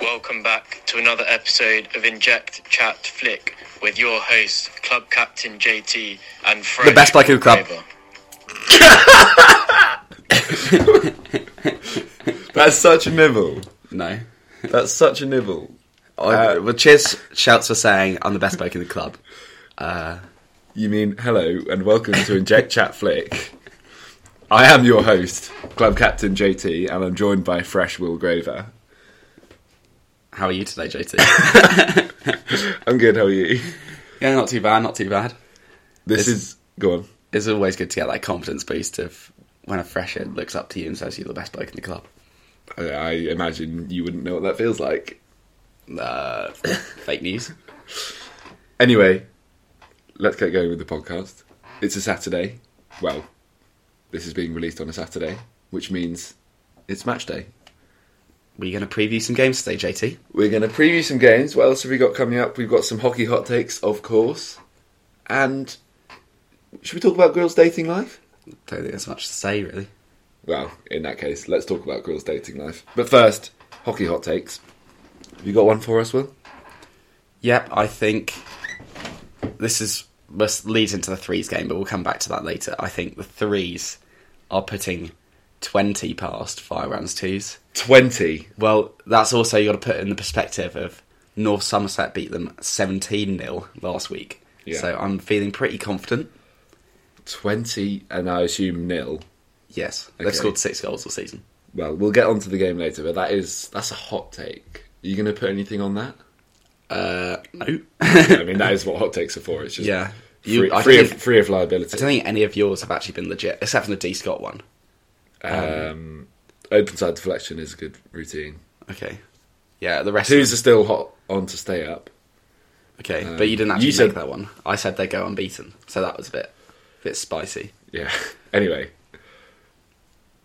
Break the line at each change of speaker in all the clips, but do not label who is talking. welcome back to another episode of Inject Chat Flick with your host, Club Captain JT, and Fred.
best black hoop club.
Graber.
That's such a nibble.
No.
That's such a nibble. Uh,
I, well, cheers, shouts for saying I'm the best bloke in the club.
You mean hello and welcome to Inject Chat Flick. I am your host, Club Captain JT, and I'm joined by Fresh Will Grover.
How are you today, JT?
I'm good, how are you?
yeah, not too bad, not too bad.
This
It's-
is. Go on.
It's always good to get that confidence boost of when a fresher looks up to you and says you're the best bloke in the club.
I- I imagine you wouldn't know what that feels like.
Uh, fake news.
Anyway, let's get going with the podcast. It's a Saturday. Well, this is being released on a Saturday, which means it's match day.
We're going to preview some games today, JT.
We're going to preview some games. What else have we got coming up? We've got some hockey hot takes, of course. And should we talk about girls' dating life?
Don't think there's much to say, really.
Well, in that case, let's talk about girls' dating life. But first, hockey hot takes. Have you got one for us, Will?
Yep, I think this is this leads into the threes game, but we'll come back to that later. I think the threes are putting twenty past fire rounds twos.
20.
Well, that's also you got to put in the perspective of North Somerset beat them seventeen 0 last week.
Yeah.
So I'm feeling pretty confident.
20, and I assume nil.
Yes, they've
Okay.
scored six goals this season.
Well, we'll get onto the game later, but that is that's a hot take. Are you going to put anything on that?
Uh, no.
I mean, that is what hot takes are for. It's just
Yeah.
free,
You- I
free,
think-
of, free of
I
liability.
don't think any of yours have actually been legit, except for the D Scott one.
Um, open side deflection is a good routine.
Okay. Yeah, the rest.
Twos are still hot on to stay up.
Okay,
Um,
but you didn't actually
you
make
said-
that one. I said they go unbeaten, so that was a bit, bit spicy.
Yeah. Anyway,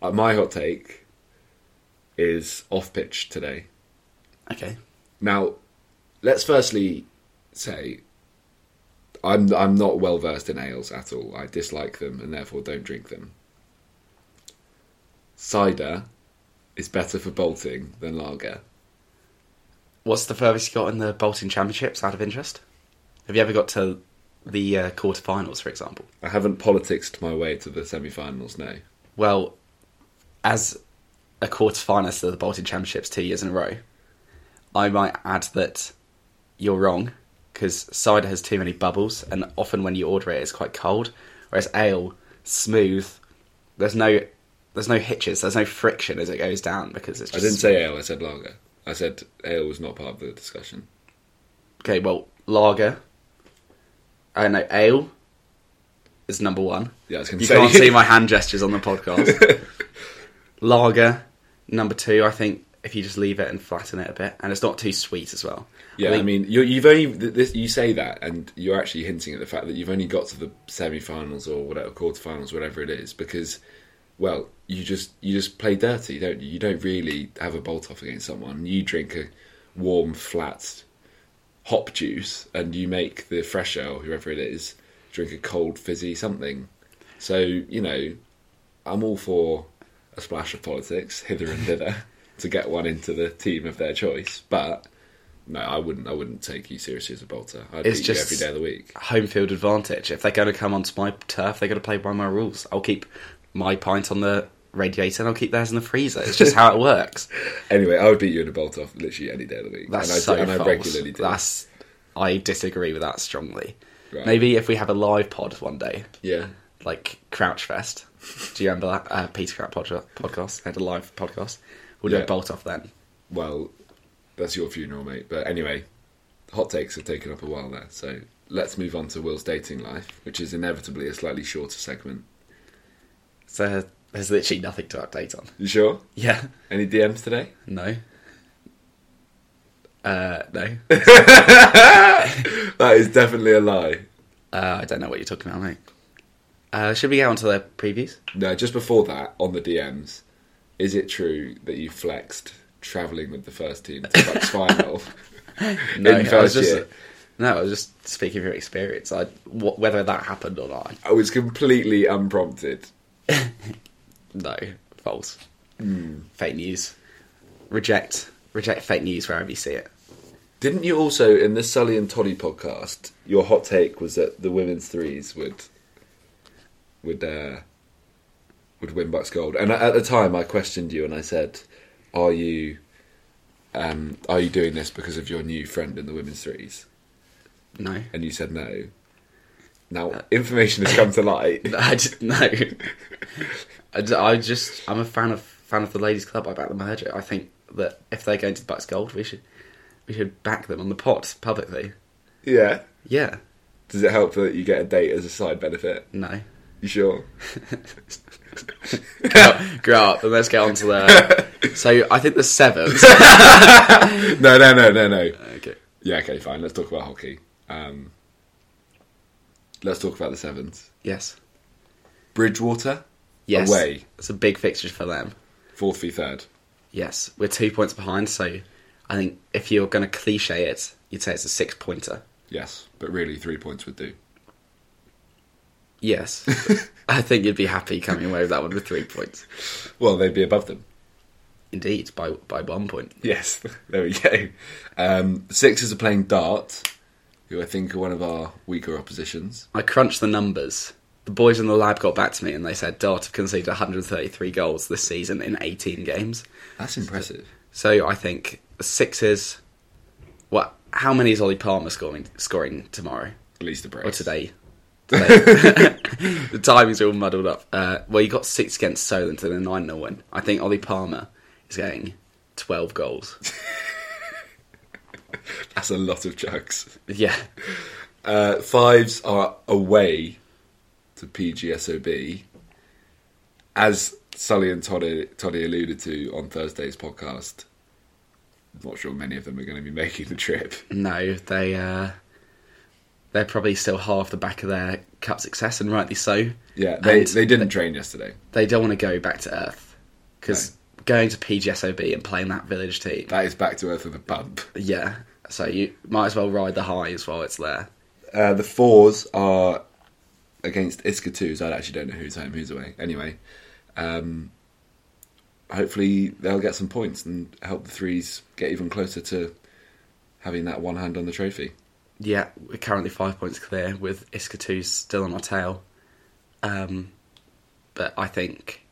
uh, my hot take is off pitch today.
Okay.
Now, let's firstly say I'm I'm not well versed in ales at all. I dislike them and therefore don't drink them. Cider is better for bolting than lager.
What's the furthest you got in the Bolton Championships? Out of interest, have you ever got to the uh, quarterfinals, for example?
I haven't politicsed my way to the semi-finals. No,
Well, as a quarterfinalist of the Bolton Championships two years in a row, I might add that you're wrong because cider has too many bubbles, and often when you order it, it's quite cold. Whereas ale, smooth. There's no, there's no hitches. There's no friction as it goes down because it's.
I
Just
didn't say ale. I said lager. I said ale was not part of the discussion.
Okay, well, lager. I know ale is number one.
Yeah, I was going
You
to say.
can't see my hand gestures on the podcast. Lager, number two, I think if you just leave it and flatten it a bit, and it's not too sweet as well.
Yeah, I mean, you you've only th- this, you say that, and you're actually hinting at the fact that you've only got to the semi-finals or whatever quarterfinals, whatever it is, because well, you just you just play dirty, don't you? You don't really have a bolt off against someone. You drink a warm, flat hop juice, and you make the fresher or whoever it is drink a cold fizzy something. So you know, I'm all for a splash of politics hither and thither to get one into the team of their choice, but. No, I wouldn't. I wouldn't take you seriously as a bolter. I'd
It's
beat
just-
you every day of the week.
home field advantage. If they're going to come onto my turf, they're going to play by my rules. I'll keep my pint on the radiator and I'll keep theirs in the freezer. It's just how it works.
Anyway, I would beat you in a bolt off literally any day of the week.
That's
and I,
so
and I
false.
regularly do.
That's I disagree with that strongly.
Right.
Maybe if we have a live pod one day,
Yeah.
like Crouchfest. Do you remember that uh, Peter Crouch pod- podcast? They had a live podcast. We'll do
Yeah.
a bolt off then.
Well, that's your funeral, mate. But anyway, hot takes have taken up a while there. So let's move on to Will's dating life, which is inevitably a slightly shorter segment.
So uh, there's literally nothing to update on.
You sure?
Yeah.
Any DMs today?
No. Uh, no.
That is definitely a lie.
uh, I don't know what you're talking about, mate. Uh, should we get on to the previews?
No, just before that, on the DMs, is it true that you flexed travelling with the first team to Bucks final?
No,
in
I was
first
just
year?
no, I was just speaking of your experience. I wh- whether that happened or not,
I was completely unprompted. Hmm.
no, false, fake news. Reject, reject fake news wherever you see it.
Didn't you also in the Sully and Toddy podcast? Your hot take was that the women's threes would would uh, would win Bucks gold, and at the time I questioned you and I said, "Are you um, are you doing this because of your new friend in the women's threes?
No,
And you said no. Now information has come to light.
I just, no. I ju- I just I'm a fan of fan of the ladies' club. I back the merger. I think that if they're going to the Bucks Gold, we should we should back them on the pot publicly.
yeah.
Yeah.
Does it help that you get a date as a side benefit?
No.
You sure?
Grow up and let's get on to the. So I think the sevens.
No, no, no, no, no.
okay.
Yeah, okay, fine. Let's talk about hockey. Um, let's talk about the sevens.
Yes.
Bridgewater,
Yes.
Away.
It's a big fixture for them.
fourth v third.
Yes, we're two points behind. So I think if you're going to cliche it, you'd say it's a six pointer.
Yes, but really three points would do.
Yes. I think you'd be happy coming away with that one with three points.
Well, they'd be above them.
Indeed, by by one point.
Yes, there we go. Um, Sixers are playing Dart, who I think are one of our weaker oppositions.
I crunched the numbers. The boys in the lab got back to me and they said Dart have conceded 133 goals this season in 18 games.
That's impressive.
So I think the Sixers. What? How many is Ollie Palmer scoring scoring tomorrow
At least the break.
or today? Today. the timings are all muddled up. Uh, well, you got six against Solent and a nine 0 win. I think Ollie Palmer is getting 12 goals.
That's a lot of chugs.
yeah,
Uh, fives are away to PGSOB. As Sully and Toddy, Toddy alluded to on Thursday's podcast, I'm not sure many of them are going to be making the trip.
no, they uh, they're probably still half the back of their cup success, and rightly so.
Yeah, they,
And
they didn't train yesterday.
they don't want to go back to Earth because going to PGSOB and playing that village team,
That is back to earth with a bump.
yeah. So you might as well ride the highs while it's there.
Uh, the fours are against Iska twos. I actually don't know who's home, who's away. Anyway, um, hopefully they'll get some points and help the threes get even closer to having that one hand on the trophy.
Yeah, we're currently five points clear with Iska 2 still on our tail. Um, but I think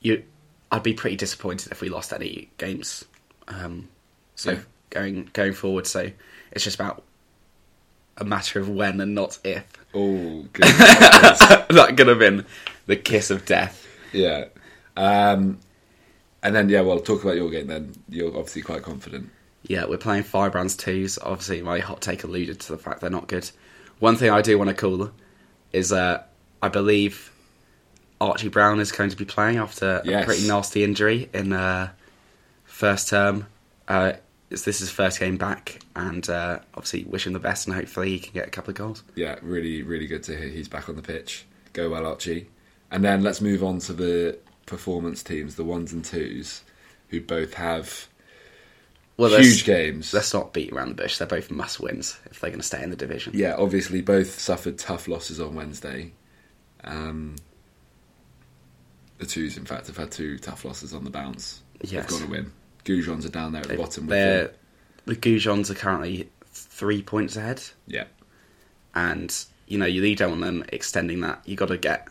you, I'd be pretty disappointed if we lost any games. Um, so
Yeah.
going going forward, so it's just about a matter of when and not if.
Oh, good.
that could have been the kiss of death.
yeah. Um, and then, yeah, well, talk about your game then. You're obviously quite confident.
Yeah, we're playing Firebrands 2s. Obviously, my hot take alluded to the fact they're not good. One thing I do want to call is uh, I believe Archie Brown is going to be playing after
Yes.
a pretty nasty injury in uh, first term. Uh, it's- this is his first game back, and uh, obviously, wish him the best, and hopefully, he can get a couple of goals.
Yeah, really, really good to hear he's back on the pitch. Go well, Archie. And then let's move on to the performance teams, the ones and twos, who both have
Well,
huge
let's,
games.
Let's not beat around the bush. They're both must wins if they're going to stay in the division.
Yeah, obviously both suffered tough losses on Wednesday. Um, the twos, in fact, have had two tough losses on the bounce.
Yes.
They've got to win. Goujons are down there at the bottom. With
They're,
them.
the Goujons are currently three points ahead.
Yeah,
and you know you don't want them extending that. You got to get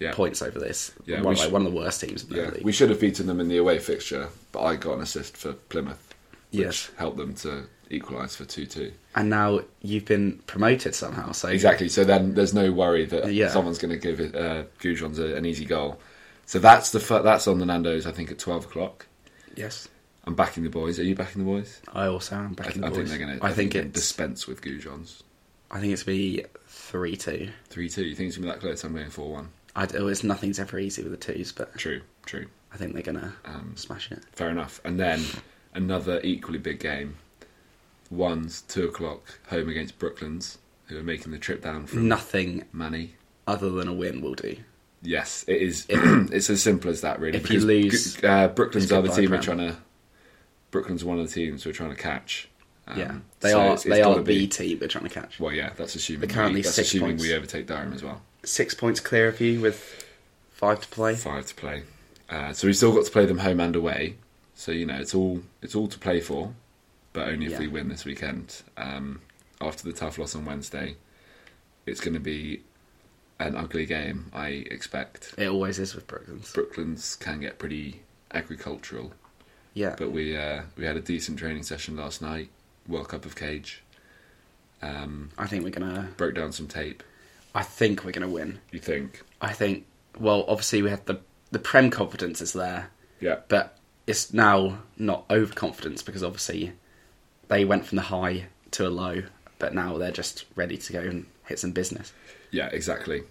yeah.
points over this.
Yeah,
one,
we
like,
sh-
one of the worst teams in the
Yeah,
league.
we should have beaten them in the away fixture, but I got an assist for Plymouth, which
Yes.
helped them to equalise for two-two.
and now you've been promoted somehow. So
Exactly. So then there's no worry that
Yeah.
someone's going to give it, uh, Goujons a, an easy goal. So that's the fir- that's on the Nando's. I think at twelve o'clock.
yes,
I'm backing the boys. Are you backing the boys?
I also am back
I,
in the
I think
boys.
they're going to.
I, think it's.
dispense with Goujons.
I think it's be three two.
Three two. You think it's going to be that close? I'm going four one.
I d- oh, it's nothing's ever easy with the twos, but
True. True.
I think they're gonna
Um,
smash it.
Fair enough. And then another equally big game. Ones two o'clock home against Brooklands, who are making the trip down from
Nothing
Manny.
other than a win will do.
Yes, it is.
If-
it's as simple as that, really.
if you lose,
G- uh, Brooklyn's
it's
are the
goodbye,
team we're
Prem.
trying to. Brooklyn's one of the teams we're trying to catch. Um,
yeah, they
so
are.
it's- it's
They are
gotta be-
the team we're trying to catch.
Well, yeah, that's assuming.
They're currently
we, that's
six
assuming
points.
we overtake Durham as well.
Six points clear of you with five to play.
Five to play. Uh, so we've still got to play them home and away. So you know, it's all it's all to play for, but only if
Yeah.
we win this weekend. Um, after the tough loss on Wednesday, it's going to be an ugly game. I expect
It always is with Brooklands.
Brooklyn's can get pretty agricultural,
Yeah.
but we uh, we had a decent training session last night. World Cup of Cage um,
I think we're gonna.
broke down some tape.
I think we're gonna win.
You think?
I think. Well, obviously we had the the prem confidence is there,
Yeah,
but it's now not overconfidence because obviously they went from the high to a low, but now they're just ready to go and hit some business.
yeah, exactly.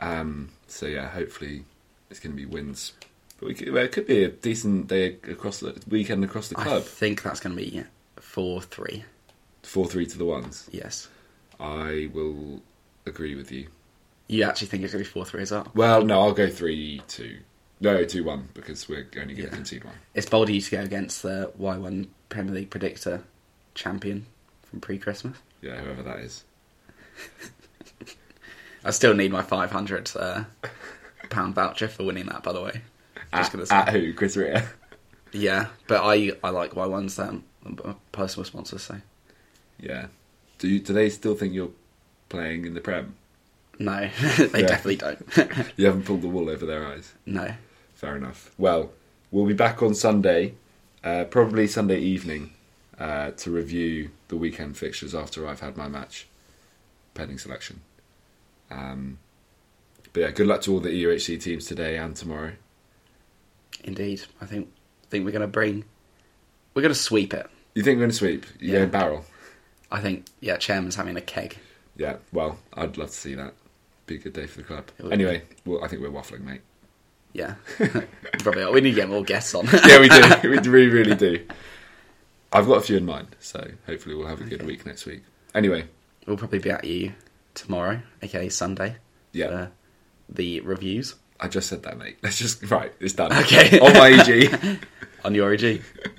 Um, so yeah, hopefully it's going to be wins. But we could, well, it could be a decent day across the weekend across the
I
club.
think that's gonna be four three.
Four three to the ones.
Yes.
I will agree with you.
You actually think it's gonna be four three as well?
Well, no, I'll go three two. No, two one because we're only going to
Yeah.
concede one.
It's bold of you to go against the Y one Premier League predictor champion from pre Christmas.
Yeah, whoever that is.
I still need my five hundred uh, pound voucher for winning that. By the way, just
At,
gonna say,
at who? Chris Rea.
yeah. But I I like Y ones um personal sponsors. So
yeah. Do you, do they still think you're playing in the prem?
no, they
Yeah.
definitely don't.
You haven't pulled the wool over their eyes.
no,
Fair enough. Well, we'll be back on Sunday, uh, probably Sunday evening, uh, to review the weekend fixtures after I've had my match, pending selection. Um, but yeah, good luck to all the E EUHC teams today and tomorrow.
indeed. I think think we're gonna bring we're gonna sweep it.
You think we're going to sweep? You
Yeah.
yeah, barrel.
I think yeah. Chairman's having a keg.
Yeah. Well, I'd love to see that. Be a good day for the club.
It would
Anyway, well, I think we're waffling, mate.
Yeah, probably. We need to get more guests on.
Yeah, we do. we really, really do. I've got a few in mind, so hopefully we'll have a good week next week. Anyway,
we'll probably be at you tomorrow, aka Sunday.
Yeah.
for the reviews
I just said that, mate. Let's just right. It's done.
Okay.
On my EG.
on your E EG.